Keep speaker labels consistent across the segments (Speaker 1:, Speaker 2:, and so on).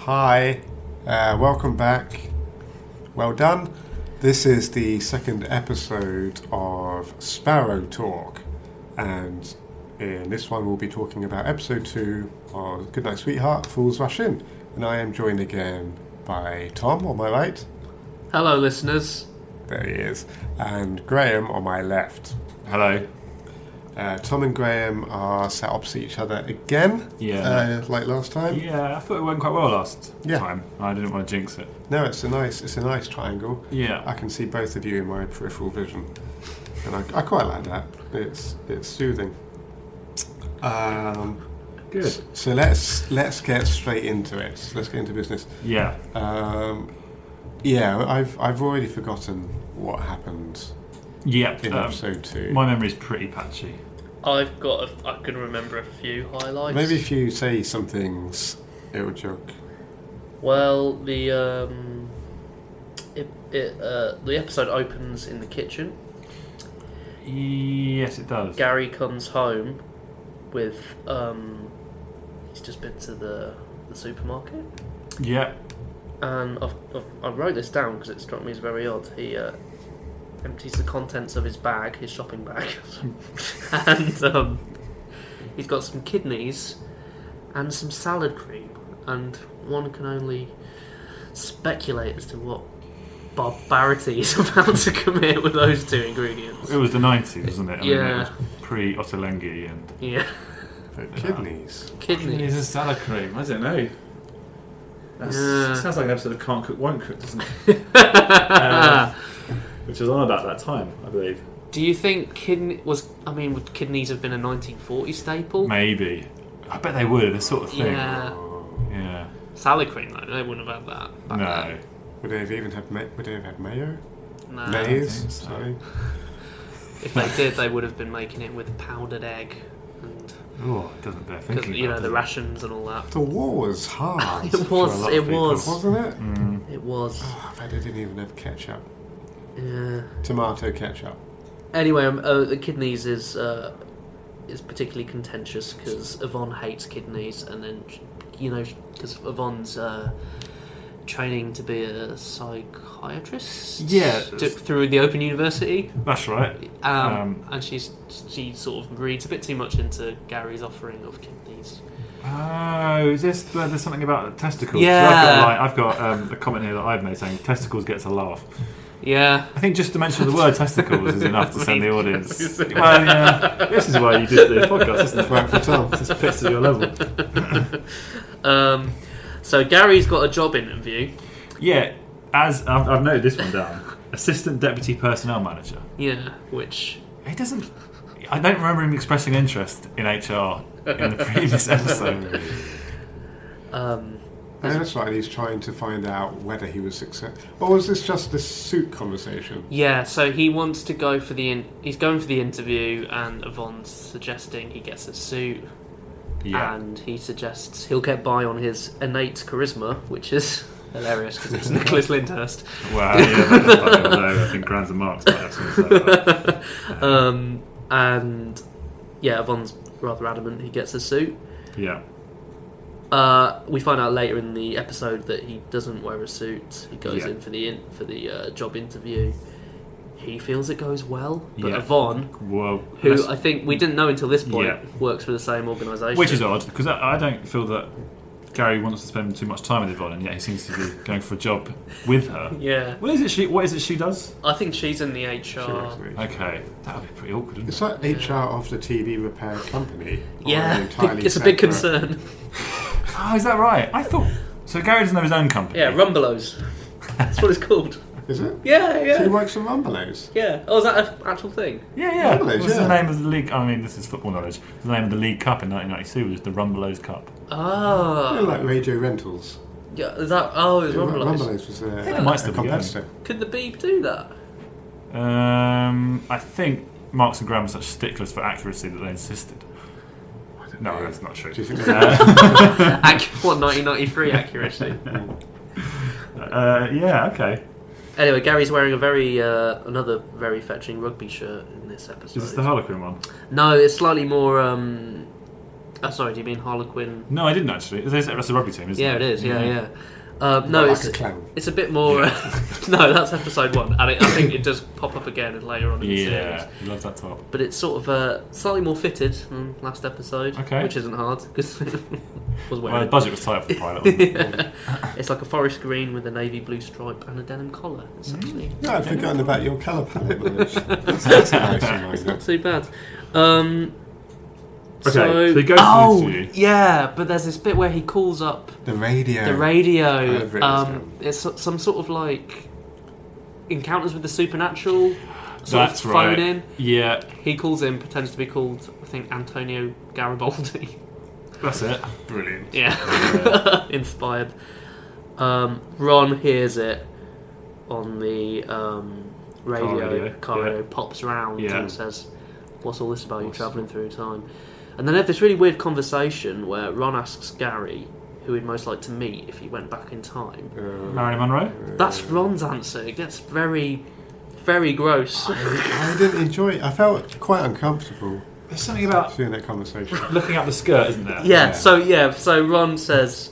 Speaker 1: Hi, uh, welcome back. Well done. This is the second episode of Sparrow Talk, and in this one, we'll be talking about episode two of Goodnight Sweetheart Fools Rush In. And I am joined again by Tom on my right.
Speaker 2: Hello, listeners.
Speaker 1: There he is. And Graham on my left.
Speaker 3: Hello.
Speaker 1: Uh, Tom and Graham are sat opposite each other again,
Speaker 3: Yeah.
Speaker 1: uh, like last time.
Speaker 3: Yeah, I thought it went quite well last
Speaker 1: Yeah.
Speaker 3: time. I didn't want to jinx it. Ah,
Speaker 1: No, it's a nice, it's a nice triangle. I
Speaker 3: Yeah.
Speaker 1: can see both of you in my peripheral vision, and I, I quite like that. It's it's soothing. Um,
Speaker 3: Good.
Speaker 1: s- So let's let's get straight into it. Let's get into business.
Speaker 3: Yeah.
Speaker 1: Um, yeah, I've I've already forgotten what happened
Speaker 3: Yep.
Speaker 1: in
Speaker 3: um,
Speaker 1: episode two.
Speaker 3: my memory's pretty patchy.
Speaker 2: I've got. A, I can remember a few highlights.
Speaker 1: Maybe if you say some things, it will jog.
Speaker 2: Well, the um, it, it, uh, the episode opens in the kitchen.
Speaker 3: Yes, it does.
Speaker 2: Gary comes home with um, he's just been to the the supermarket,
Speaker 3: Yep.
Speaker 2: and Um, I've, I've, I wrote this down because it struck me as very odd. He uh, empties the contents of his bag, his shopping bag, and um, he's got some kidneys and some salad cream, and one can only speculate as to what barbarity he's about to commit with those two ingredients.
Speaker 3: It was the 90s, wasn't it? I Mean, it
Speaker 2: Yeah.
Speaker 3: was pre Ottolenghi and.
Speaker 2: Yeah,
Speaker 3: Uh-huh.
Speaker 1: But kidneys.
Speaker 2: kidneys.
Speaker 4: a salad cream. I don't know. That's,
Speaker 2: Yeah.
Speaker 4: Sounds like an episode of Can't Cook, Won't Cook, doesn't it?
Speaker 3: Uh,
Speaker 4: Um, which was on about that time, I believe.
Speaker 2: Do you think kidney was? I mean, would kidneys have been a 1940 staple?
Speaker 3: Maybe. I bet they were, this sort of thing.
Speaker 2: Yeah,
Speaker 3: Yeah.
Speaker 2: salad cream though. They wouldn't have had that. uh, Back
Speaker 3: No.
Speaker 1: Would they have even had ma- would they have had mayo?
Speaker 2: Then. No.
Speaker 1: Maize,
Speaker 3: think so.
Speaker 1: sorry.
Speaker 2: If they did, they would have been making it with powdered egg and
Speaker 3: Oh, it doesn't bear
Speaker 2: because
Speaker 3: thinking.
Speaker 2: you know
Speaker 3: about,
Speaker 2: the
Speaker 3: does
Speaker 2: rations and all that.
Speaker 1: The war was hard.
Speaker 2: It
Speaker 3: a
Speaker 2: was.
Speaker 3: lot of
Speaker 2: It
Speaker 3: people.
Speaker 2: was.
Speaker 1: Wasn't it?
Speaker 3: Mm.
Speaker 2: It was.
Speaker 1: Oh, I bet they didn't even have ketchup.
Speaker 2: Yeah.
Speaker 1: Tomato ketchup.
Speaker 2: Anyway, um, uh, the kidneys is uh, is particularly contentious because Yvonne hates kidneys, and then you know because Yvonne's uh, training to be a psychiatrist.
Speaker 3: Yeah.
Speaker 2: d- through the Open University,
Speaker 3: That's right.
Speaker 2: um,
Speaker 3: Um,
Speaker 2: and she's she sort of reads a bit too much into Gary's offering of kidneys.
Speaker 3: Oh, is this where there's something about testicles? So
Speaker 2: Yeah.
Speaker 3: I've got, like, I've got um, a comment here that I've made saying testicles gets a laugh.
Speaker 2: Yeah.
Speaker 3: I think just to mention the word testicles is enough to send the audience.
Speaker 2: Amazing.
Speaker 3: Well, yeah, this is why you did the podcast, isn't it?
Speaker 1: Work for Tom.
Speaker 3: This is pissed at your level.
Speaker 2: Um, so Gary's got a job interview.
Speaker 3: Yeah, as I've, I've noted this one down, assistant deputy personnel manager.
Speaker 2: Yeah, which
Speaker 3: He doesn't. I don't remember him expressing interest in HR in the previous episode.
Speaker 2: um,
Speaker 1: And that's right, he's trying to find out whether he was successful. Or was this just this suit conversation?
Speaker 2: Yeah, so he wants to go for the in- he's going for the interview, and Yvonne's suggesting he gets a suit,
Speaker 3: Yeah,
Speaker 2: and he suggests he'll get by on his innate charisma, which is hilarious because it's Nicholas Lyndhurst.
Speaker 3: well, yeah, that's funny, although I think Grans and Marks might have something to say about that.
Speaker 2: Um, and yeah, Yvonne's rather adamant he gets a suit.
Speaker 3: Yeah,
Speaker 2: Uh, we find out later in the episode that he doesn't wear a suit. He goes
Speaker 3: Yeah.
Speaker 2: in for the in- for the uh, job interview. He feels it goes well, but
Speaker 3: Yeah.
Speaker 2: Yvonne,
Speaker 3: well,
Speaker 2: who
Speaker 3: let's-
Speaker 2: I think we didn't know until this point,
Speaker 3: Yeah.
Speaker 2: works for the same organisation.
Speaker 3: Which is odd because I, I don't feel that Gary wants to spend too much time with Yvonne, and yet he seems to be going for a job with her.
Speaker 2: Yeah,
Speaker 3: What is it she? What is it she does?
Speaker 2: I think she's in the HR.
Speaker 3: Okay, that would be pretty awkward. Isn't
Speaker 1: It's like
Speaker 3: it?
Speaker 1: HR of the TV repair company. or an
Speaker 2: Yeah,
Speaker 1: entirely
Speaker 2: it's a big
Speaker 1: separate-
Speaker 2: concern.
Speaker 3: Oh, is that right? I thought so. Gary doesn't have his own company.
Speaker 2: Yeah, Rumbelows. That's what it's called.
Speaker 1: Is it?
Speaker 2: Yeah,
Speaker 1: So he
Speaker 2: yeah,
Speaker 1: works for Rumbelows.
Speaker 2: yeah. Oh, is that an actual thing?
Speaker 3: yeah, yeah.
Speaker 1: Rumbelows,
Speaker 3: What's
Speaker 1: yeah.
Speaker 3: the name of the league? I mean, this is football knowledge. The name of the League Cup in 1992 was the Rumbelows Cup.
Speaker 1: You know,
Speaker 2: Ah,
Speaker 1: like Radio Rentals.
Speaker 2: yeah. Is that? Oh, it's
Speaker 1: Ru-
Speaker 2: Rumbelows.
Speaker 1: Rumbelows was a,
Speaker 3: think it might
Speaker 1: a
Speaker 3: still be
Speaker 1: competitor.
Speaker 2: Could the Beeb do that?
Speaker 3: Um, I think Marks and Graham were such sticklers for accuracy that they insisted. No,
Speaker 1: know.
Speaker 3: that's not true.
Speaker 1: Do you think they
Speaker 2: Ac- what 1993 accuracy?
Speaker 3: Uh, yeah. Okay.
Speaker 2: Anyway, Gary's wearing a very uh, another very fetching rugby shirt in this episode.
Speaker 3: Is this the Harlequin one?
Speaker 2: no, it's slightly more um, Oh, sorry, do you mean Harlequin?
Speaker 3: No, I didn't actually. That's that's a rugby team, isn't
Speaker 2: Yeah,
Speaker 3: it?
Speaker 2: it is. Yeah, yeah. Um, no,
Speaker 1: like
Speaker 2: it's
Speaker 1: a clown.
Speaker 2: it's a bit more. no, that's episode one, and it, I think it does pop up again later on in the
Speaker 3: Yeah,
Speaker 2: series.
Speaker 3: you love that top.
Speaker 2: But it's sort of uh, slightly more fitted than last episode,
Speaker 3: Okay.
Speaker 2: which isn't hard because was
Speaker 3: Well, the
Speaker 2: wearing.
Speaker 3: budget was tight for the pilot. Wasn't it?
Speaker 2: it's like a forest green with a navy blue stripe and a denim collar. Essentially,
Speaker 1: Yeah, I'd forgotten about your colour palette. Marge. That's, that's a nice reminder.
Speaker 2: not too bad. Um,
Speaker 3: Okay,
Speaker 2: so,
Speaker 3: so he goes to the
Speaker 2: oh,
Speaker 3: interview.
Speaker 2: yeah, but there's this bit where he calls up
Speaker 1: The radio.
Speaker 2: the
Speaker 1: I've written
Speaker 2: radio.
Speaker 1: this
Speaker 2: Um,
Speaker 1: down.
Speaker 2: it's so- some sort of like encounters with the supernatural. Sort
Speaker 3: That's
Speaker 2: of phone
Speaker 3: right.
Speaker 2: in.
Speaker 3: Yeah,
Speaker 2: He calls in, pretends to be called, I think, Antonio Garibaldi.
Speaker 3: that's it. Brilliant.
Speaker 2: yeah, inspired. Um, Ron hears it on the um, radio.
Speaker 3: Car radio,
Speaker 2: Car
Speaker 3: yeah.
Speaker 2: radio pops round
Speaker 3: Yeah.
Speaker 2: and says, "What's all this about? You're
Speaker 3: What's-
Speaker 2: travelling through time." And then they have this really weird conversation where Ron asks Gary who he'd most like to meet if he went back in time.
Speaker 1: Uh,
Speaker 3: Marilyn Monroe.
Speaker 2: That's
Speaker 3: Mm.
Speaker 2: Ron's answer. It gets very, very gross.
Speaker 3: Ah,
Speaker 1: I didn't enjoy it. I felt quite uncomfortable
Speaker 3: There's something about
Speaker 1: seeing that conversation.
Speaker 3: looking up the skirt, isn't there?
Speaker 2: yeah,
Speaker 1: Yeah.
Speaker 2: so yeah, so Ron says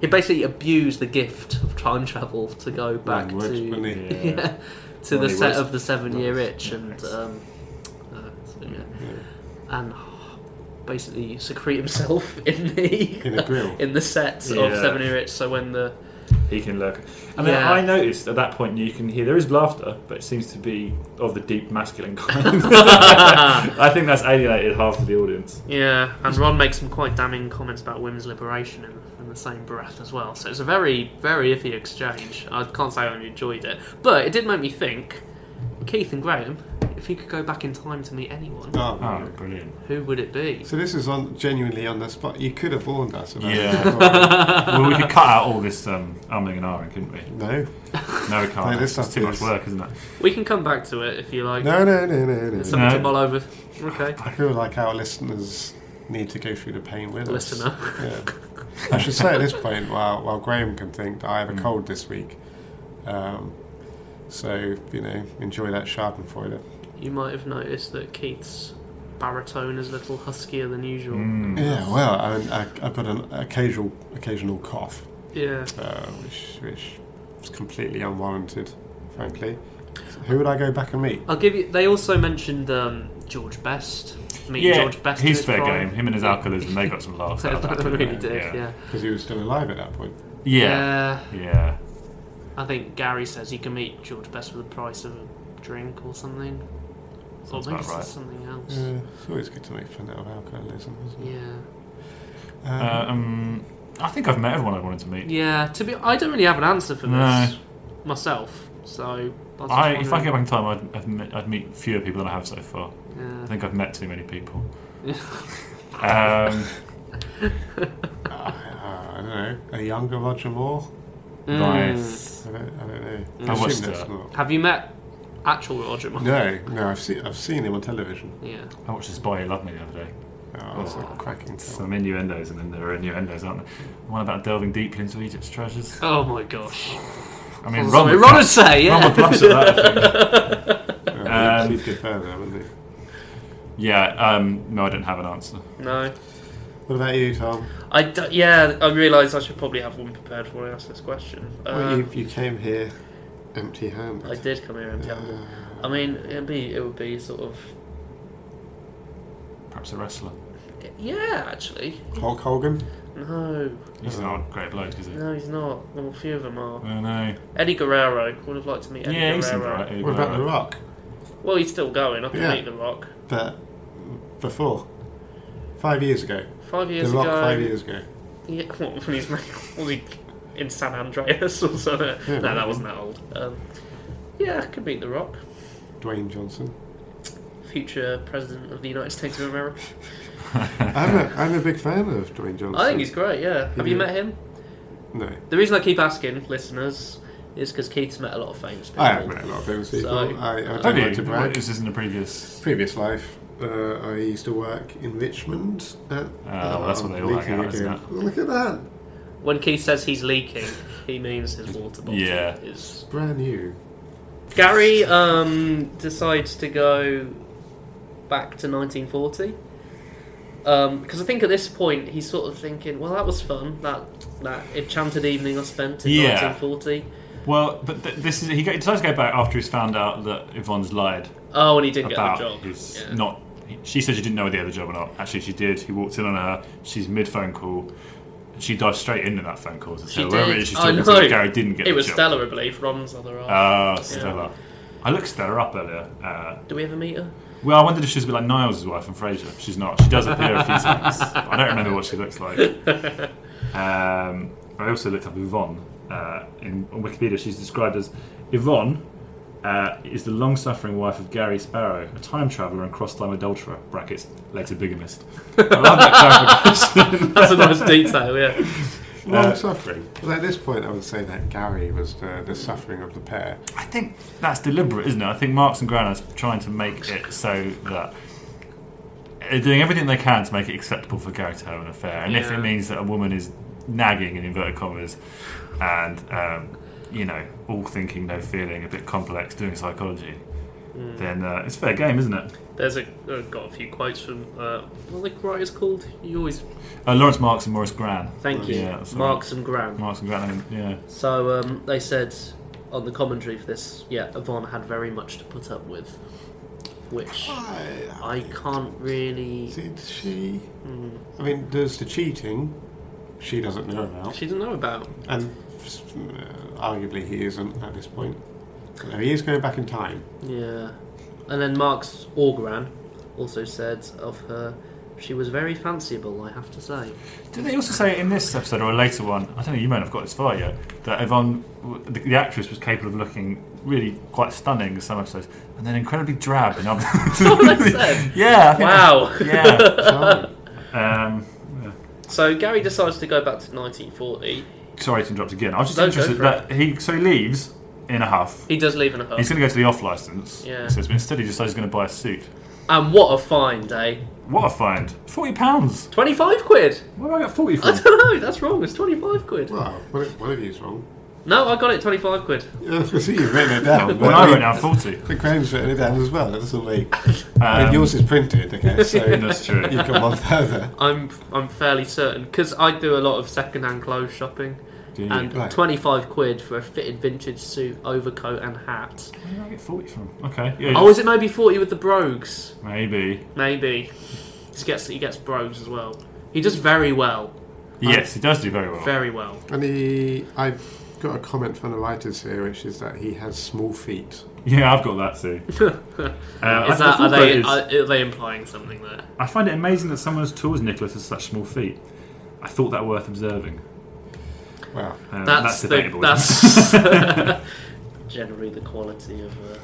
Speaker 2: he basically abused the gift of time travel to go back
Speaker 1: Ron Wood,
Speaker 2: to
Speaker 1: wouldn't he?
Speaker 3: Yeah.
Speaker 2: yeah, to
Speaker 1: Well,
Speaker 2: the
Speaker 1: he
Speaker 2: set
Speaker 1: was-
Speaker 2: of the Seven Year
Speaker 1: was-
Speaker 2: Itch and
Speaker 3: yes.
Speaker 2: um, uh, so, yeah. and basically secrete himself in the
Speaker 1: In a grill.
Speaker 2: in the set of
Speaker 3: Yeah.
Speaker 2: Seven Year Itch. So when the
Speaker 3: He can lurk. And then
Speaker 2: Yeah.
Speaker 3: I noticed at that point you can hear there is laughter, but it seems to be of the deep masculine kind. I think that's alienated half of the audience.
Speaker 2: yeah, and Ron makes some quite damning comments about women's liberation in, in the same breath as well. So it's a very very iffy exchange. I can't say I enjoyed it, but it did make me think. Keith and Graham, if you could go back in time to meet anyone,
Speaker 1: Oh,
Speaker 3: Oh, brilliant.
Speaker 2: who would it be?
Speaker 1: So this is on genuinely on the spot. You could have warned us about it.
Speaker 3: Yeah. well, we could cut out all this um, umming and ahhing, couldn't we?
Speaker 1: no.
Speaker 3: No, we can't.
Speaker 1: Like this
Speaker 3: it's
Speaker 1: stuff
Speaker 3: too much
Speaker 1: is-
Speaker 3: work, isn't it?
Speaker 2: We can come back to it if you like.
Speaker 1: No, no, no, no, no.
Speaker 2: There's something to
Speaker 3: No.
Speaker 2: mull over. Okay,
Speaker 1: I feel like our listeners need to go through the pain with us.
Speaker 2: listener.
Speaker 1: Yeah. I should say at this point, while, while Graham can think, that I
Speaker 3: Mm.
Speaker 1: have a cold this week. Um, so, you know, enjoy that Schadenfreude.
Speaker 2: You might have noticed that Keith's baritone is a little huskier than usual.
Speaker 3: Mm.
Speaker 1: Yeah, well, I, I, I've got an occasional occasional cough,
Speaker 2: Yeah.
Speaker 1: uh, which, which is completely unwarranted, frankly. So who would I go back and meet?
Speaker 2: I'll give you. They also mentioned um, George Best. Meeting
Speaker 3: Yeah,
Speaker 2: George Best. in
Speaker 3: he's
Speaker 2: his
Speaker 3: fair
Speaker 2: prime.
Speaker 3: game. Him and his alcoholism, they got some laughs out of that.
Speaker 2: they
Speaker 3: didn't
Speaker 2: really
Speaker 3: they?
Speaker 2: did. Yeah.
Speaker 1: Because he was still alive at that point.
Speaker 3: Yeah. Yeah. Yeah.
Speaker 2: Yeah, Uh, I think Gary says you can meet George Best for the price of a drink or something. Or
Speaker 3: Sounds
Speaker 2: maybe
Speaker 3: about
Speaker 2: it's
Speaker 3: right.
Speaker 2: something else.
Speaker 1: Yeah, it's always good to make fun out of alcoholism, isn't it?
Speaker 2: Yeah.
Speaker 1: Yeah.
Speaker 3: Uh, um, I think I've met everyone I wanted to meet.
Speaker 2: Yeah. To be, I don't really have an answer for
Speaker 3: No.
Speaker 2: this myself. So. was just
Speaker 3: I, if I
Speaker 2: wondering-
Speaker 3: go back in time, I'd, I'd, met, I'd meet fewer people than I have so far. I
Speaker 2: Yeah.
Speaker 3: think I've met too many people. um,
Speaker 1: I don't know. A younger Roger Moore?
Speaker 2: Mm.
Speaker 3: nice.
Speaker 1: I don't, I don't know.
Speaker 2: I
Speaker 1: assume
Speaker 3: watched
Speaker 1: that's
Speaker 3: that.
Speaker 1: not.
Speaker 2: Mm. Have you met actual Roger Moore?
Speaker 1: No, no, I've seen I've seen him on television.
Speaker 2: Yeah.
Speaker 3: I watched this boy who loved me the other day.
Speaker 1: Oh, that's a
Speaker 2: Oh.
Speaker 1: cracking film.
Speaker 3: Some innuendos, and then there are innuendos, aren't there? The one about delving deeply into Egypt's treasures.
Speaker 2: Oh my gosh.
Speaker 3: I mean, Ron,
Speaker 2: Sorry,
Speaker 3: would
Speaker 2: Ron would
Speaker 3: blush-
Speaker 2: say, yeah.
Speaker 3: Ron would blush at that. I think.
Speaker 1: Uh,
Speaker 3: Um,
Speaker 1: he'd go further, wouldn't he?
Speaker 3: yeah. Um, no, I don't have an answer.
Speaker 2: No.
Speaker 1: What about you, Tom?
Speaker 2: I do- yeah, I realised I should probably have one prepared for when I ask this question.
Speaker 1: well,
Speaker 2: Uh,
Speaker 1: you, you came here empty-handed.
Speaker 2: I did come here empty handed.
Speaker 1: Uh,
Speaker 2: I mean, it'd be, it would be sort of.
Speaker 3: Perhaps a wrestler.
Speaker 2: Yeah, actually.
Speaker 1: Hulk Hogan.
Speaker 2: No,
Speaker 3: He's not a great bloke, is he?
Speaker 2: no, he's not. Well, a few of them are.
Speaker 3: I know.
Speaker 2: Eddie Guerrero. Would have liked to meet Eddie
Speaker 3: Yeah, he seemed
Speaker 2: Guerrero.
Speaker 3: right.
Speaker 1: What about The Rock?
Speaker 2: Well, he's still going. I can
Speaker 1: Yeah.
Speaker 2: meet The Rock.
Speaker 1: But before, five years ago.
Speaker 2: Five years
Speaker 1: the Rock,
Speaker 2: ago.
Speaker 1: five years ago.
Speaker 2: Yeah, what, when he's was he in San Andreas or something?
Speaker 1: Yeah,
Speaker 2: no, that
Speaker 1: maybe.
Speaker 2: wasn't that old. Um, yeah, I could beat The Rock,
Speaker 1: Dwayne Johnson.
Speaker 2: future president of the United States of America.
Speaker 1: I'm a, I'm a big fan of Dwayne Johnson.
Speaker 2: I think he's great. Yeah, have you
Speaker 1: Yeah.
Speaker 2: met him?
Speaker 1: no.
Speaker 2: The reason I keep asking listeners is because Keith's met a lot of famous people.
Speaker 1: I have met a lot of famous people.
Speaker 2: So-
Speaker 1: I, I don't
Speaker 3: Have
Speaker 1: like
Speaker 3: you?
Speaker 1: to
Speaker 3: Well,
Speaker 1: brag.
Speaker 3: This isn't a previous.
Speaker 1: Previous life, uh, I used to work in Richmond. At,
Speaker 3: Ah, well, that's what they all
Speaker 1: leaking
Speaker 3: hang out, isn't
Speaker 1: again.
Speaker 3: it?
Speaker 1: Look at that.
Speaker 2: When Keith says he's leaking, he means his water bottle
Speaker 3: Yeah.
Speaker 2: is.
Speaker 1: Brand new.
Speaker 2: Gary um, decides to go back to 1940. because I think at this point he's sort of thinking, well, that was fun. That that enchanted evening I spent in
Speaker 3: Yeah.
Speaker 2: 1940.
Speaker 3: Well, but th- this is he go- decides to go back after he's found out that Yvonne's lied
Speaker 2: Oh, and he didn't
Speaker 3: about
Speaker 2: get the job.
Speaker 3: his
Speaker 2: Yeah.
Speaker 3: not. he- She said she didn't know whether he had the job or not. Actually, she did. He walked in on her. She's mid phone call. She dived straight into that phone call to
Speaker 2: She
Speaker 3: tell whoever
Speaker 2: did.
Speaker 3: it is she's
Speaker 2: I
Speaker 3: talking
Speaker 2: know.
Speaker 3: to. Gary didn't get
Speaker 2: it
Speaker 3: the
Speaker 2: was
Speaker 3: job.
Speaker 2: Stella, I believe, Ron's other arm.
Speaker 3: Oh, Stella. I looked Stella up earlier. Uh,
Speaker 2: Do we ever meet her?
Speaker 3: well, I wondered if she was a bit like Niles' wife on Frasier. She's not. She does appear a few times. I don't remember what she looks like. Um, I also looked up Yvonne. Uh, in, on Wikipedia, she's described as Yvonne uh, is the long suffering wife of Gary Sparrow, a time traveller and cross time adulterer, brackets, later bigamist. I love that clarification.
Speaker 2: That's a nice detail, yeah.
Speaker 3: Uh,
Speaker 1: Long suffering. Well, at this point, I would say that Gary was the, the suffering of the pair.
Speaker 3: I think that's deliberate, isn't it? I think Marks and Graner's trying to make it so that they're doing everything they can to make it acceptable for Gary to have an affair, and if
Speaker 2: Yeah.
Speaker 3: it means that a woman is nagging in inverted commas and um, you know all thinking, no feeling, a bit complex, doing psychology, then uh, it's fair game, isn't it?
Speaker 2: There's a I've got a few quotes from uh, what are the writer's called. You always
Speaker 3: Uh, Lawrence Marks and Maurice Gran.
Speaker 2: thank you,
Speaker 3: Yeah, that's all right.
Speaker 2: Marks and Graham.
Speaker 3: Marks and Gran, yeah.
Speaker 2: So um, they said on the commentary for this, yeah, Yvonne had very much to put up with, which I can't really.
Speaker 1: Did she?
Speaker 2: Hmm.
Speaker 1: I mean, there's the cheating. She doesn't know about,
Speaker 2: She didn't know about.
Speaker 1: and uh, arguably he isn't at this point. No, he is going back in time.
Speaker 2: Yeah, and then Marks Orgran also said of her, she was very fanciable. I have to say.
Speaker 3: Did they also say in this episode or a later one? I don't know. You may not have got this far yet. That Yvonne, w- the, the actress, was capable of looking really quite stunning in some episodes, and then incredibly drab in others.
Speaker 2: what they said.
Speaker 3: yeah. I think
Speaker 2: Wow.
Speaker 1: So,
Speaker 3: that's- yeah. Um,
Speaker 2: So Gary decides to go back to 1940.
Speaker 3: sorry to interrupt again. I was just
Speaker 2: No, go
Speaker 3: interested
Speaker 2: for
Speaker 3: that he so he leaves in a huff.
Speaker 2: He does leave in a
Speaker 3: He's
Speaker 2: huff.
Speaker 3: going to go to the off license.
Speaker 2: Yeah.
Speaker 3: He says, but instead he decides he's going to buy a suit.
Speaker 2: And what a find, eh?
Speaker 3: What a find! Forty pounds.
Speaker 2: 25 quid!
Speaker 3: Where did I get forty
Speaker 2: I
Speaker 3: from?
Speaker 2: don't know, that's wrong, it's 25 quid.
Speaker 1: well, one of- one of you's wrong.
Speaker 2: No, I got it 25 quid.
Speaker 1: Yeah, I can see you've written it down.
Speaker 3: when I wrote down forty.
Speaker 1: The Graham's written it down as well. That doesn't make. I mean,
Speaker 3: Um,
Speaker 1: yours is printed, okay? So
Speaker 3: That's true.
Speaker 1: you've gone one further.
Speaker 2: I'm I'm fairly certain, because I do a lot of second hand clothes shopping.
Speaker 3: Do you-
Speaker 2: And
Speaker 1: Right.
Speaker 2: 25 quid for a fitted vintage suit, overcoat, and hat.
Speaker 3: Where did I get forty from? Okay. Yeah.
Speaker 2: Oh, is it maybe 40 with the brogues?
Speaker 3: Maybe.
Speaker 2: Maybe. He gets, he gets brogues as well. He does very well.
Speaker 3: Yes, he does do very well.
Speaker 2: Very well.
Speaker 1: And he, I've got a comment from the writers here, which is that he has small feet.
Speaker 3: Yeah, I've got that too. Uh, I- I
Speaker 2: Is that,
Speaker 3: thought
Speaker 2: are, they,
Speaker 3: it is-
Speaker 2: are, are they implying something there?
Speaker 3: I find it amazing that someone as tall as Nicholas has such small feet. I thought that worth observing.
Speaker 1: Wow.
Speaker 3: Um,
Speaker 2: that's
Speaker 3: that's,
Speaker 2: the-
Speaker 3: debatable. isn't it?
Speaker 2: that's generally the quality of. Uh...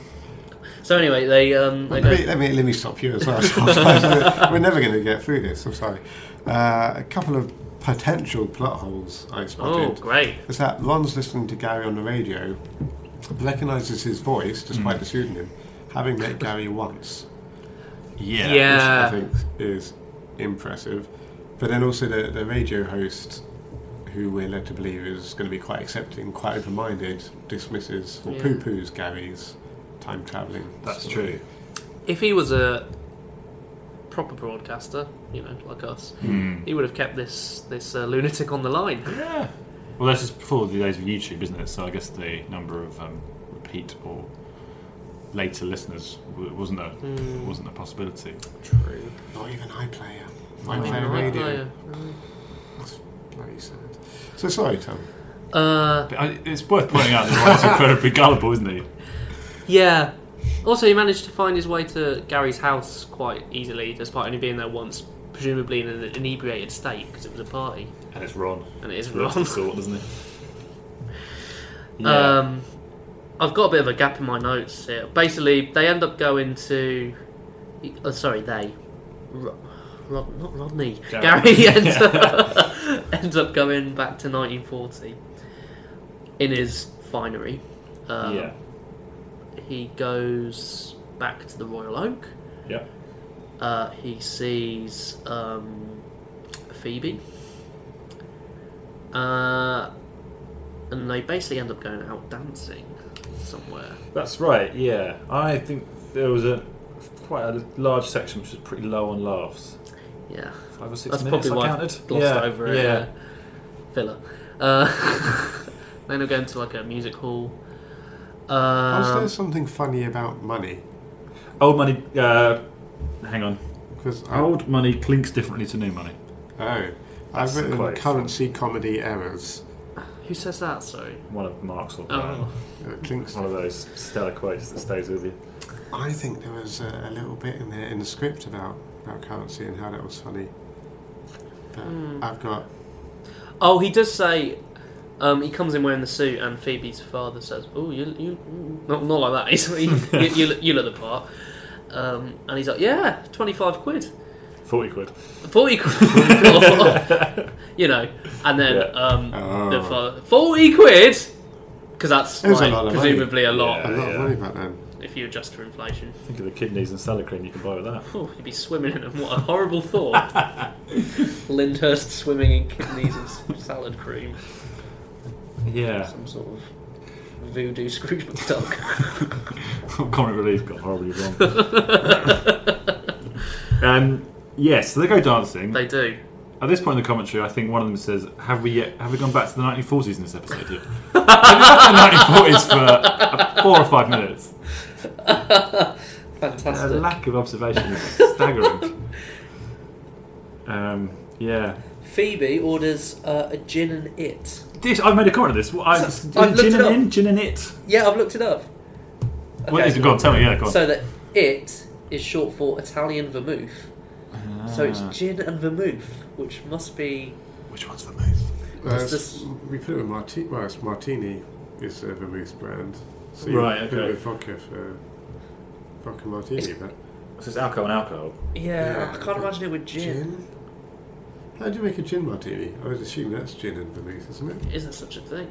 Speaker 2: So anyway, they um
Speaker 1: Let
Speaker 2: they go,
Speaker 1: me, let, me, let me stop you as well. Sometimes We're never going to get through this, I'm sorry. Uh, a couple of potential plot holes I
Speaker 2: oh
Speaker 1: spotted.
Speaker 2: great
Speaker 1: Is that Ron's listening to Gary on the radio, recognises his voice
Speaker 2: Mm.
Speaker 1: despite the pseudonym, having met Gary once.
Speaker 3: yeah.
Speaker 2: Yeah.
Speaker 1: Which I think is impressive. But then also the, the radio host, who we're led to believe is going to be quite accepting, quite open minded, dismisses or
Speaker 2: Yeah.
Speaker 1: poo poos Gary's time travelling.
Speaker 3: That's true.
Speaker 2: if he was a proper broadcaster, you know, like us, he would have kept this this uh, lunatic on the line.
Speaker 3: Hmm. Yeah. Well, that's just before the days of YouTube, isn't it? So I guess the number of um, repeat or later listeners w- wasn't a
Speaker 2: Hmm.
Speaker 3: wasn't a possibility.
Speaker 2: True.
Speaker 1: Not even iPlayer. iPlayer radio. That's bloody sad. So sorry, Tom.
Speaker 2: Uh,
Speaker 3: But I, it's worth pointing out that Ron's incredibly gullible, isn't he?
Speaker 2: yeah. Also, he managed to find his way to Gary's house quite easily, despite only being there once, presumably in an inebriated state because it was a party,
Speaker 3: And it's Ron.
Speaker 2: and it is
Speaker 3: That's the
Speaker 2: wrong.
Speaker 3: sort, isn't it?
Speaker 2: Um, I've got a bit of a gap in my notes here. Basically, they end up going to. Uh, sorry, they. Ro- Rod, not Rodney.
Speaker 3: Gary.
Speaker 2: Gary, ends, up, ends up going back to 1940 in his finery. Um,
Speaker 3: yeah.
Speaker 2: He goes back to the Royal Oak.
Speaker 3: Yeah.
Speaker 2: Uh, he sees um, Phoebe. Uh, and they basically end up going out dancing somewhere.
Speaker 5: That's right. Yeah, I think there was a quite a large section which was pretty low on laughs.
Speaker 2: Yeah.
Speaker 5: Five or six
Speaker 2: That's
Speaker 5: minutes.
Speaker 2: probably why
Speaker 5: I
Speaker 2: I've
Speaker 5: counted.
Speaker 2: glossed
Speaker 5: yeah,
Speaker 2: over
Speaker 5: yeah.
Speaker 2: it. Yeah. Filler. Uh, then we will go into like a music hall.
Speaker 1: Was
Speaker 2: Um,
Speaker 1: there something funny about money?
Speaker 3: Old money. Uh, hang on.
Speaker 1: Because oh,
Speaker 3: Old money clinks differently to new money.
Speaker 1: I've
Speaker 3: That's
Speaker 1: written
Speaker 3: quite-
Speaker 1: currency comedy errors.
Speaker 2: who says that? Sorry.
Speaker 3: One of Mark's or
Speaker 2: Oh,
Speaker 1: Uh, Clinks-
Speaker 3: It's one of those stellar quotes that stays with you.
Speaker 1: I think there was a, a little bit in there in the script about, about currency and how that was funny. But
Speaker 3: Hmm.
Speaker 1: I've got
Speaker 2: oh, he does say. Um, he comes in wearing the suit, and Phoebe's father says, "Oh, you, you, mm," not, not like that. He's like, you, you, you, you look the part." Um, and he's like, "Yeah, twenty-five quid."
Speaker 3: Forty quid.
Speaker 2: forty quid, you know, and then
Speaker 3: Yeah.
Speaker 2: um,
Speaker 1: Oh.
Speaker 2: the fa- forty quid because that's
Speaker 1: It was a
Speaker 2: like,
Speaker 1: lot of money.
Speaker 2: presumably a lot
Speaker 1: a
Speaker 3: Yeah,
Speaker 1: lot
Speaker 3: yeah.
Speaker 1: of money back then.
Speaker 2: if you adjust for inflation.
Speaker 3: Think of the kidneys and salad cream you can buy with that.
Speaker 2: Oh, you'd be swimming in them. What a horrible thought! Lyndhurst swimming in kidneys and s- salad cream,
Speaker 3: Yeah.
Speaker 2: some sort of voodoo Scrooge McDuck.
Speaker 3: Comic relief got horribly wrong. um, yes, so they go dancing.
Speaker 2: they do.
Speaker 3: At this point in the commentary, I think one of them says, "Have we yet? Have we gone back to the 1940s in this episode yet?" They've been back to the 1940s for uh, four or five minutes. The
Speaker 2: Fantastic.
Speaker 3: lack of observation is staggering. um, yeah.
Speaker 2: Phoebe orders uh, a gin and it.
Speaker 3: This, I've made a comment on this. What, I,
Speaker 2: So- I've looked
Speaker 3: gin
Speaker 2: it
Speaker 3: and
Speaker 2: up.
Speaker 3: in, gin and it.
Speaker 2: Yeah, I've looked it up.
Speaker 3: Well,
Speaker 2: Okay.
Speaker 3: it's, go on, tell me. Yeah, go on.
Speaker 2: So that it is short for Italian vermouth. So it's
Speaker 3: Ah.
Speaker 2: gin and vermouth, which must be.
Speaker 3: Which one's the most?
Speaker 1: Uh,
Speaker 2: It's just-
Speaker 1: we put it with martini. Well, it's martini is a vermouth brand. So
Speaker 3: Right,
Speaker 1: Put it
Speaker 3: okay.
Speaker 1: with vodka for vodka martini.
Speaker 2: It's-
Speaker 1: But
Speaker 3: So it's alcohol and alcohol.
Speaker 2: Yeah, I
Speaker 1: Yeah.
Speaker 2: can't imagine it with gin.
Speaker 1: gin. How do you make a gin martini? I would assume that's gin and vermouth, isn't it?
Speaker 2: Isn't such a thing.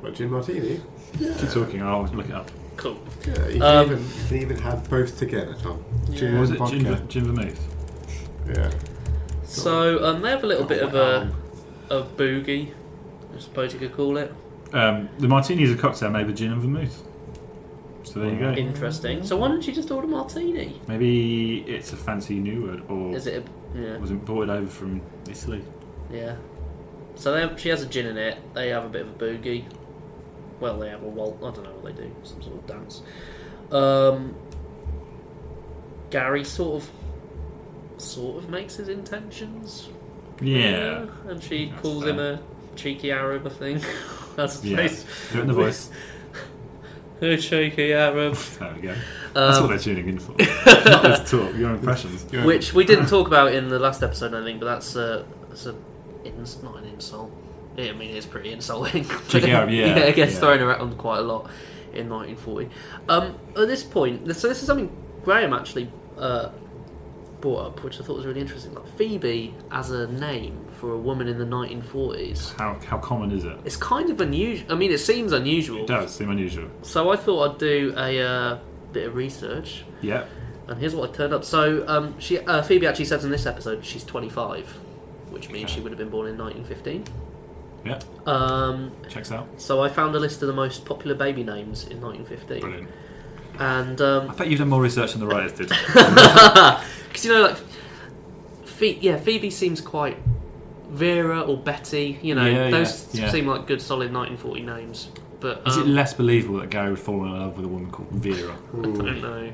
Speaker 1: What gin martini?
Speaker 3: Keep talking. I'll look it up.
Speaker 2: Cool.
Speaker 1: Yeah, you can,
Speaker 2: Um,
Speaker 1: even, you can even have both together, Tom. Gin
Speaker 2: Yeah.
Speaker 3: Was
Speaker 1: and
Speaker 3: it gin,
Speaker 1: vodka.
Speaker 3: gin vermouth?
Speaker 1: Yeah.
Speaker 2: So um, they have a little bit of a,
Speaker 1: Wow.
Speaker 2: a boogie, I suppose you could call it.
Speaker 3: Um, the martini is a cocktail made with gin and vermouth. So there you go.
Speaker 2: Interesting. So why don't you just order martini?
Speaker 3: Maybe it's a fancy new word, or
Speaker 2: Is it? A, yeah.
Speaker 3: was imported over from Italy.
Speaker 2: Yeah. So they have, she has a gin in it. They have a bit of a boogie. Well, they have a waltz. I don't know what they do. Some sort of dance. Um, Gary sort of, sort of makes his intentions.
Speaker 3: Yeah.
Speaker 2: clear, And she
Speaker 3: That's
Speaker 2: calls him
Speaker 3: fair.
Speaker 2: a cheeky Arab. I think. That's
Speaker 3: Yeah.
Speaker 2: nice.
Speaker 3: Do it in the voice.
Speaker 2: A cheeky Arab.
Speaker 3: There we go. That's what
Speaker 2: Um,
Speaker 3: they're tuning in for. Not this talk, your impressions.
Speaker 1: Yeah.
Speaker 2: which we didn't talk about in the last episode, I think. But that's a that's a ins- not an insult. Yeah, I mean, it's pretty insulting.
Speaker 3: Cheeky Arab, yeah,
Speaker 2: it gets
Speaker 3: yeah.
Speaker 2: thrown around quite a lot in 1940. Um, at this point, this- so this is something Graham actually uh, brought up, which I thought was really interesting. Like Phoebe as a name for a woman in the 1940s.
Speaker 3: How, how common is it?
Speaker 2: It's kind of unusual. I mean, it seems unusual.
Speaker 3: It does seem unusual.
Speaker 2: So I thought I'd do a uh, bit of research,
Speaker 3: Yeah.
Speaker 2: and here's what I turned up. So um, she, uh, Phoebe actually says in this episode she's 25, which means she would have been born in 1915.
Speaker 3: Yeah.
Speaker 2: Um,
Speaker 3: Checks out.
Speaker 2: so I found a list of the most popular baby names in 1915,
Speaker 3: Brilliant.
Speaker 2: and
Speaker 3: I
Speaker 2: um
Speaker 3: bet you've done more research than the writers did.
Speaker 2: 'cause you know, like, Phoe- yeah, Phoebe seems quite Vera or Betty. You know,
Speaker 3: Yeah,
Speaker 2: those
Speaker 3: yeah, yeah.
Speaker 2: seem like good, solid 1940 names. But
Speaker 3: Is it
Speaker 2: um,
Speaker 3: less believable that Gary would fall in love with a woman called Vera?
Speaker 2: I don't know,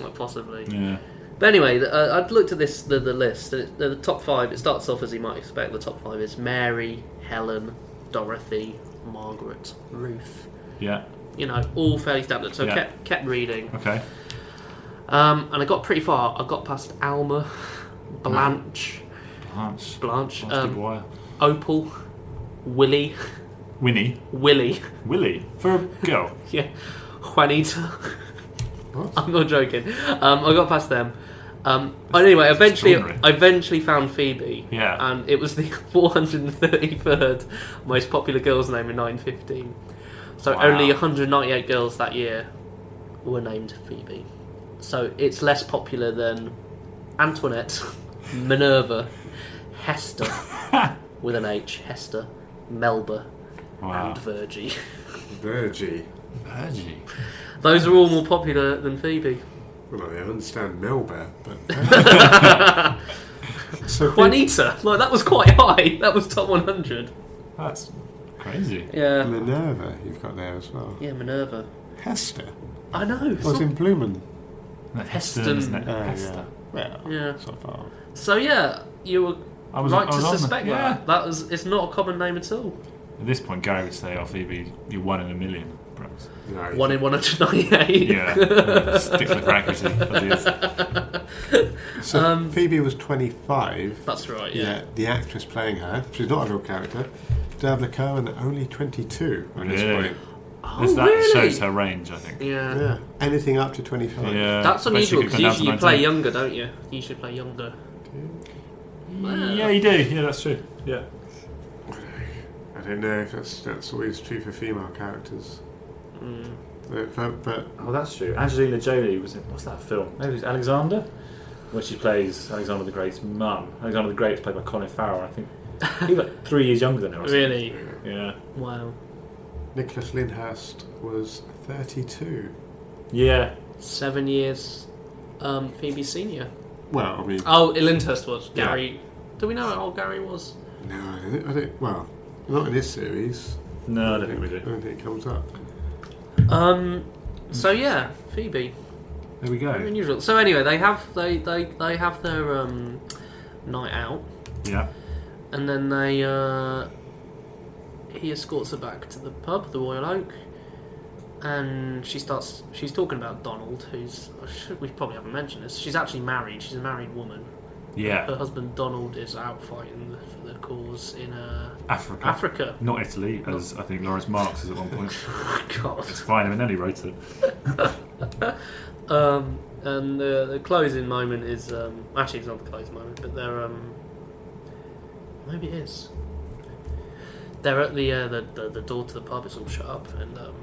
Speaker 2: like possibly.
Speaker 3: Yeah.
Speaker 2: But anyway, th- uh, I'd looked at this the, the list. and it- The, the top five. It starts off as you might expect. The top five is Mary, Helen, Dorothy, Margaret, Ruth.
Speaker 3: Yeah.
Speaker 2: You know, all fairly standard. So I
Speaker 3: Yeah.
Speaker 2: kept kept reading,
Speaker 3: Okay.
Speaker 2: um, and I got pretty far. I got past Alma, Blanche,
Speaker 3: Blanche.
Speaker 2: Blanche,
Speaker 3: Blanche
Speaker 2: um,
Speaker 3: Dubois.
Speaker 2: Opal, Willie,
Speaker 3: Winnie.
Speaker 2: Willie,
Speaker 3: Willie. For a girl.
Speaker 2: yeah, Juanita.
Speaker 1: What?
Speaker 2: I'm not joking. Um, I got past them. Um, anyway, eventually, I
Speaker 3: extraordinary.
Speaker 2: eventually found Phoebe.
Speaker 3: Yeah.
Speaker 2: And it was the 433rd most popular girl's name in 915. So
Speaker 3: Wow.
Speaker 2: only 198 girls that year were named Phoebe. So it's less popular than Antoinette, Minerva, Hester, with an H, Hester, Melba,
Speaker 3: Wow.
Speaker 2: and Virgie.
Speaker 1: Virgie.
Speaker 3: Virgie.
Speaker 2: Those are all more popular than Phoebe.
Speaker 1: Well, I understand Melba, but So
Speaker 2: Juanita, like that was quite high. That was top 100.
Speaker 3: That's crazy.
Speaker 2: Yeah.
Speaker 1: Minerva, you've got there as well.
Speaker 2: Yeah, Minerva.
Speaker 1: Hester
Speaker 2: I know. it's
Speaker 1: was
Speaker 2: not-
Speaker 1: in Blumen.
Speaker 3: No, Heston,
Speaker 2: Heston.
Speaker 3: isn't it?
Speaker 1: Oh,
Speaker 3: Hester.
Speaker 1: Yeah. Well,
Speaker 2: Yeah.
Speaker 1: so far.
Speaker 2: So yeah, you were
Speaker 3: I was,
Speaker 2: right
Speaker 3: I was on
Speaker 2: to
Speaker 3: the-
Speaker 2: suspect
Speaker 3: yeah.
Speaker 2: that. That was. It's not a common name at all.
Speaker 3: At this point, Gary would say, "Oh, Phoebe, you're one in a million, perhaps."
Speaker 1: No,
Speaker 2: One in 198.
Speaker 3: Yeah, yeah, stickler for accuracy. as he is.
Speaker 1: So Phoebe was 25.
Speaker 2: That's right.
Speaker 1: Yeah.
Speaker 2: Yeah.
Speaker 1: the actress playing her, she's not a real character. Dervla Cohen, only 22 at this
Speaker 3: Really?
Speaker 1: point.
Speaker 2: Oh,
Speaker 3: This- that
Speaker 2: really?
Speaker 3: shows her range, I think.
Speaker 2: Yeah.
Speaker 1: Yeah, anything up to 25.
Speaker 3: Yeah,
Speaker 2: That's
Speaker 3: but she
Speaker 2: unusual
Speaker 3: could
Speaker 2: because
Speaker 3: come down to
Speaker 2: usually you play
Speaker 3: 19.
Speaker 2: younger, don't you? You should play younger.
Speaker 3: Yeah, you do. Yeah, that's true. Yeah.
Speaker 1: I don't know if that's, that's always true for female characters.
Speaker 2: Mm.
Speaker 1: But, but, but
Speaker 5: Oh, that's true. Angelina Jolie was in what's that film? Maybe it's Alexander, where she plays Alexander the Great's mum. Alexander the Great is played by Colin Farrell. I think he's like three years younger than her. or something.
Speaker 2: Really?
Speaker 5: Yeah.
Speaker 2: Wow.
Speaker 1: Nicholas Lyndhurst was 32.
Speaker 5: Yeah.
Speaker 2: Seven years. Um, Phoebe Senior.
Speaker 1: Well, I mean,
Speaker 2: Oh, Lyndhurst was
Speaker 1: Yeah.
Speaker 2: Gary. Do we know how old Gary was?
Speaker 1: no, I don't, I don't. Well, not in this series.
Speaker 5: No, I don't think we
Speaker 1: I
Speaker 5: do.
Speaker 1: don't think it comes up.
Speaker 2: Um. So yeah, Phoebe.
Speaker 3: There we
Speaker 2: Very
Speaker 3: go.
Speaker 2: unusual. So anyway, they have they they, they have their um, night out,
Speaker 3: Yeah.
Speaker 2: and then they uh, he escorts her back to the pub, the Royal Oak, and she starts she's talking about Donald, who's we probably haven't mentioned this. She's actually married. She's a married woman.
Speaker 3: Yeah.
Speaker 2: Her husband Donald is out fighting the, for the cause in uh,
Speaker 3: Africa.
Speaker 2: Africa.
Speaker 3: Not Italy, as I think Lawrence Marx is at one point.
Speaker 2: God.
Speaker 3: It's fine. I mean, then he wrote it.
Speaker 2: Um, and the, the closing moment is um, actually it's not the closing moment, but they're um, maybe it is. They're at the, uh, the, the the door to the pub. It's all shut up, and um,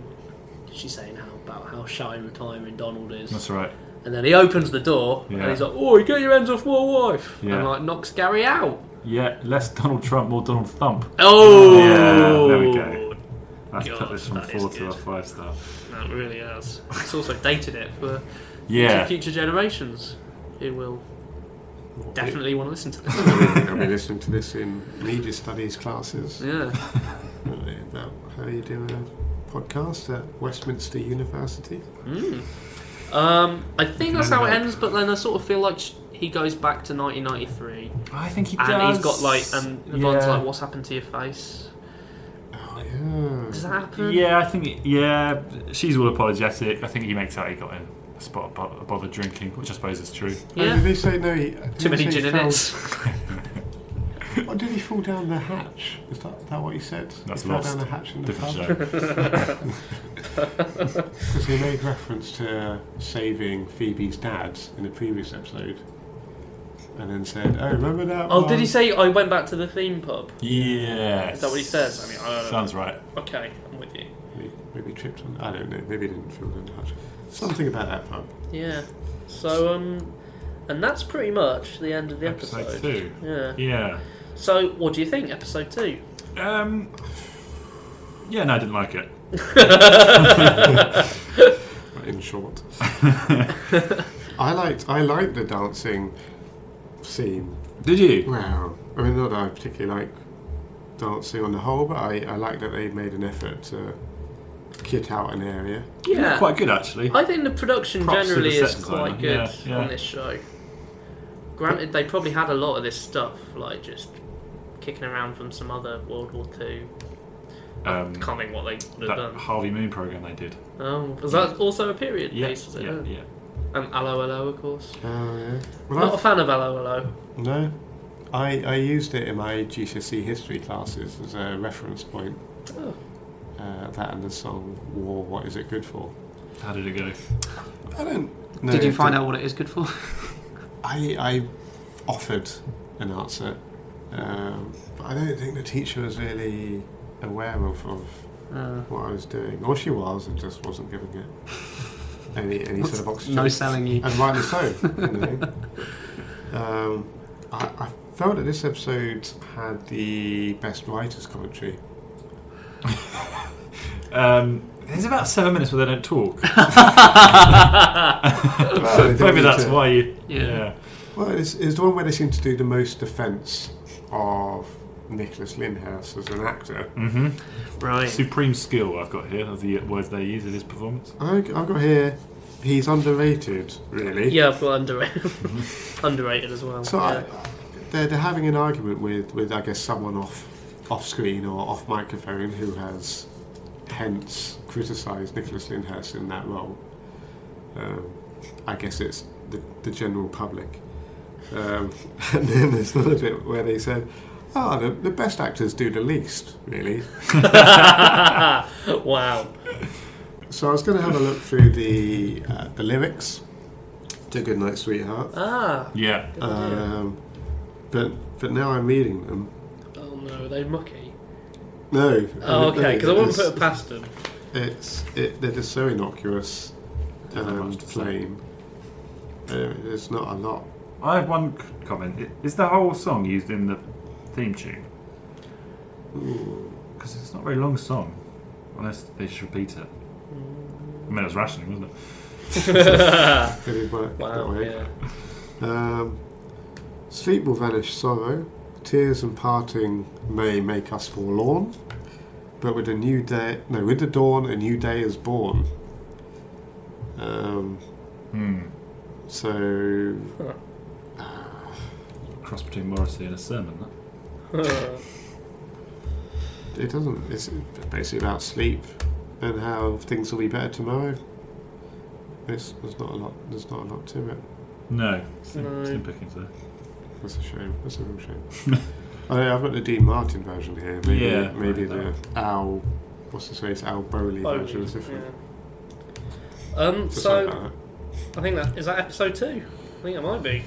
Speaker 2: she's saying how about how shy and retiring Donald is,
Speaker 3: That's right.
Speaker 2: and then he opens the door
Speaker 3: Yeah.
Speaker 2: and he's like, "Oh, get your hands off my wife!"
Speaker 3: Yeah.
Speaker 2: and like knocks Gary out.
Speaker 3: Yeah. Less Donald Trump, more Donald Thump.
Speaker 2: Oh,
Speaker 3: Yeah, there we go. That's
Speaker 2: God,
Speaker 3: put this from
Speaker 2: that is
Speaker 3: four to a
Speaker 2: good.
Speaker 3: five star.
Speaker 2: That really has. It's also dated it for
Speaker 3: Yeah.
Speaker 2: future generations who will definitely want to listen to this.
Speaker 1: I'll be listening to this in media studies classes.
Speaker 2: Yeah.
Speaker 1: About how you do a podcast at Westminster University.
Speaker 2: Hmm. Um, I think that's how it
Speaker 3: Remember.
Speaker 2: ends, but then I sort of feel like sh- he goes back to 1993,
Speaker 3: I think he does.
Speaker 2: and he's got like, um, and everyone's like, "What's happened to your face?
Speaker 1: Oh, yeah.
Speaker 2: Does that happen?"
Speaker 3: Yeah, I think. Yeah, she's all apologetic. I think he makes out he got in a spot above, above drinking, which I suppose is true.
Speaker 1: Oh,
Speaker 2: Yeah.
Speaker 1: did they say no? he- did
Speaker 2: Too
Speaker 1: they
Speaker 2: many
Speaker 1: say
Speaker 2: gin
Speaker 1: he
Speaker 2: in
Speaker 1: fell-
Speaker 2: it.
Speaker 1: Or did he fall down the hatch? Is that, that what he said?
Speaker 3: That's
Speaker 1: he fell
Speaker 3: lost.
Speaker 1: down the hatch in the
Speaker 3: Different
Speaker 1: pub?
Speaker 3: show.
Speaker 1: Because he made reference to uh, saving Phoebe's dad in the previous episode. And then said, oh, remember that
Speaker 2: Oh, did
Speaker 1: one?
Speaker 2: he say I went back to the theme pub?
Speaker 3: Yeah.
Speaker 2: Is that what he says? I mean, I don't know.
Speaker 3: Sounds right.
Speaker 2: Okay, I'm with you.
Speaker 1: Maybe, maybe tripped on. I don't know. Maybe he didn't feel down the hatch. Something about that pub.
Speaker 2: Yeah. So um, and that's pretty much the end of the episode.
Speaker 3: Episode two.
Speaker 2: Yeah.
Speaker 3: Yeah.
Speaker 2: So what do you think, episode two?
Speaker 3: Um. Yeah, no, I didn't like it.
Speaker 1: in short. I liked I liked the dancing scene.
Speaker 3: Did you?
Speaker 1: Wow. I mean, not that I particularly like dancing on the whole, but I, I like that they made an effort to kit out an area.
Speaker 2: Yeah.
Speaker 3: Quite good, actually.
Speaker 2: I think the production
Speaker 3: Props to
Speaker 2: generally
Speaker 3: the set
Speaker 2: is
Speaker 3: designer.
Speaker 2: quite good
Speaker 3: Yeah, yeah.
Speaker 2: on this show. Granted, they probably had a lot of this stuff, like just kicking around from some other World War Two.
Speaker 3: Um,
Speaker 2: Can't think what they would have
Speaker 3: that
Speaker 2: done.
Speaker 3: Harvey Moon program they did.
Speaker 2: Oh, was that also a period
Speaker 3: Yeah,
Speaker 2: piece? Was it?
Speaker 3: yeah, yeah.
Speaker 2: And Allo Allo, of course.
Speaker 1: Oh, yeah.
Speaker 2: Not a
Speaker 1: Well,
Speaker 2: fan of Allo Allo.
Speaker 1: I, no. I, I used it in my GCSE E history classes as a reference point.
Speaker 2: Oh.
Speaker 1: Uh, that and the song War, What Is It Good For?
Speaker 3: How did it go?
Speaker 1: I don't know.
Speaker 2: Did you
Speaker 1: if
Speaker 2: find
Speaker 1: the-
Speaker 2: out what it is good for?
Speaker 1: I, I offered an answer, um, but I don't think the teacher was really aware of, of
Speaker 2: Uh,
Speaker 1: what I was doing. Or she was and just wasn't giving it any, any sort of oxygen.
Speaker 2: no selling you.
Speaker 1: and rightly so. you know. um, I, I felt that this episode had the best writer's commentary.
Speaker 3: Um, there's about seven minutes where they don't talk.
Speaker 1: Well, they didn't
Speaker 3: Maybe
Speaker 1: need
Speaker 3: that's
Speaker 1: to-
Speaker 3: why you.
Speaker 2: Yeah.
Speaker 1: Well, it's, it's the one where they seem to do the most defence of Nicholas Lyndhurst as an actor.
Speaker 3: hmm
Speaker 2: Right.
Speaker 3: Supreme skill I've got here of the words they use in his performance.
Speaker 1: I, I've got here, he's underrated, really.
Speaker 2: Yeah, I've got underrated,
Speaker 3: Mm-hmm.
Speaker 2: underrated as well.
Speaker 1: So
Speaker 2: yeah.
Speaker 1: I, they're, they're having an argument with, with I guess someone off off screen or off microphone who has hence criticised Nicholas Lyndhurst in that role. Um, I guess it's the, the general public. Um, and then there's another bit where they said, "Ah, the, the best actors do the least, really."
Speaker 2: wow.
Speaker 1: So I was going to have a look through the uh, the lyrics to "Goodnight, Sweetheart,"
Speaker 2: Ah.
Speaker 3: Yeah.
Speaker 2: good idea.
Speaker 3: Uh.
Speaker 1: um, but but now I'm reading them.
Speaker 2: oh no, they mucky.
Speaker 1: No.
Speaker 2: Oh,
Speaker 1: no,
Speaker 2: okay, because I wouldn't
Speaker 1: it's-
Speaker 2: put it past them.
Speaker 1: It's it, they're just so innocuous
Speaker 3: There's not
Speaker 1: and
Speaker 3: much to say.
Speaker 1: plain. Uh, There's not a lot.
Speaker 3: I have one c- comment. I- Is the whole song used in the theme tune? Because it's not a very long song, unless they just repeat it. I mean, it was rationing, wasn't it?
Speaker 2: wow.
Speaker 1: It did work that way.
Speaker 2: Yeah.
Speaker 1: Um, sleep will vanish sorrow. Tears and parting may make us forlorn, but with a new day, no, with the dawn, a new day is born. Um,
Speaker 3: Hmm.
Speaker 1: so
Speaker 3: Cross between Morrissey and a sermon. That.
Speaker 1: it doesn't. It's basically about sleep and how things will be better tomorrow. It's, there's not a lot. There's not a lot to it.
Speaker 3: No, slim,
Speaker 2: No.
Speaker 3: slim pickings there.
Speaker 1: That's a shame. That's a real shame. I know, I've got the Dean Martin version here. Maybe,
Speaker 3: Yeah,
Speaker 1: maybe the
Speaker 3: right,
Speaker 1: Al. What's his face? Al Bowley version is different.
Speaker 2: Yeah. Um,
Speaker 1: Just
Speaker 2: so
Speaker 1: like that.
Speaker 2: I think that is that episode two. I think it might be.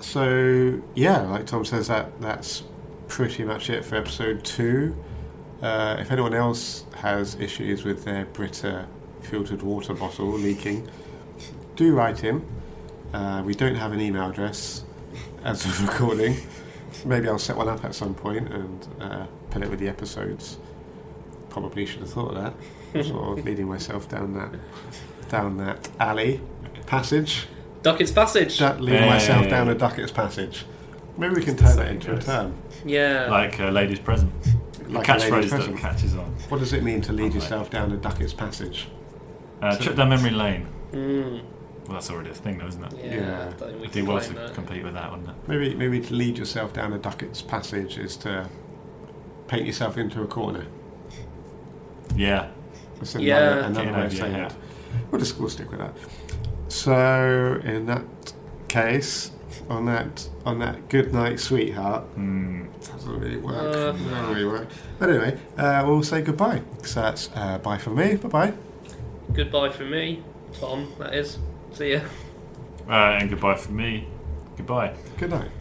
Speaker 1: So yeah, like Tom says, that that's pretty much it for episode two. Uh, if anyone else has issues with their Brita filtered water bottle leaking, do write in. Uh, we don't have an email address as of recording. Maybe I'll set one up at some point and uh, put it with the episodes. Probably should have thought of that. I'm sort of leading myself down that down that alley passage.
Speaker 2: Duckett's Passage.
Speaker 1: That lead
Speaker 3: Yeah,
Speaker 1: myself
Speaker 3: yeah,
Speaker 1: down
Speaker 3: yeah.
Speaker 1: a Duckett's passage. Maybe we can turn that into a
Speaker 3: Yes.
Speaker 1: term.
Speaker 2: yeah.
Speaker 3: Like uh, Ladies Present.
Speaker 1: Like a
Speaker 3: the
Speaker 1: lady
Speaker 3: catchphrase that
Speaker 1: present.
Speaker 3: catches on.
Speaker 1: What does it mean to lead
Speaker 3: Like-
Speaker 1: yourself down a Duckett's passage?
Speaker 3: Uh,
Speaker 1: So-
Speaker 3: trip down memory lane.
Speaker 2: Mm,
Speaker 3: Well, that's already a thing, though, isn't it?
Speaker 2: yeah.
Speaker 1: Yeah.
Speaker 2: I think we
Speaker 3: It'd be
Speaker 2: can
Speaker 3: well
Speaker 2: claim
Speaker 3: to
Speaker 2: that.
Speaker 3: compete with that, wouldn't it?
Speaker 1: Maybe maybe to lead yourself down a Duckett's passage is to paint yourself into a corner.
Speaker 3: Yeah.
Speaker 1: That's another,
Speaker 2: Yeah.
Speaker 1: another way
Speaker 3: Getting over
Speaker 1: of
Speaker 3: your
Speaker 1: saying
Speaker 3: head.
Speaker 1: it. We'll just we'll stick with that. So in that case, on that on that good night, sweetheart.
Speaker 3: Hmm.
Speaker 1: Doesn't really work.
Speaker 2: Uh,
Speaker 1: Doesn't really work. But anyway, uh, we'll say goodbye. So that's uh, bye from me. Bye bye.
Speaker 2: Goodbye from me, Tom. That is. See ya.
Speaker 3: Uh, and goodbye from me. Goodbye.
Speaker 1: Good night.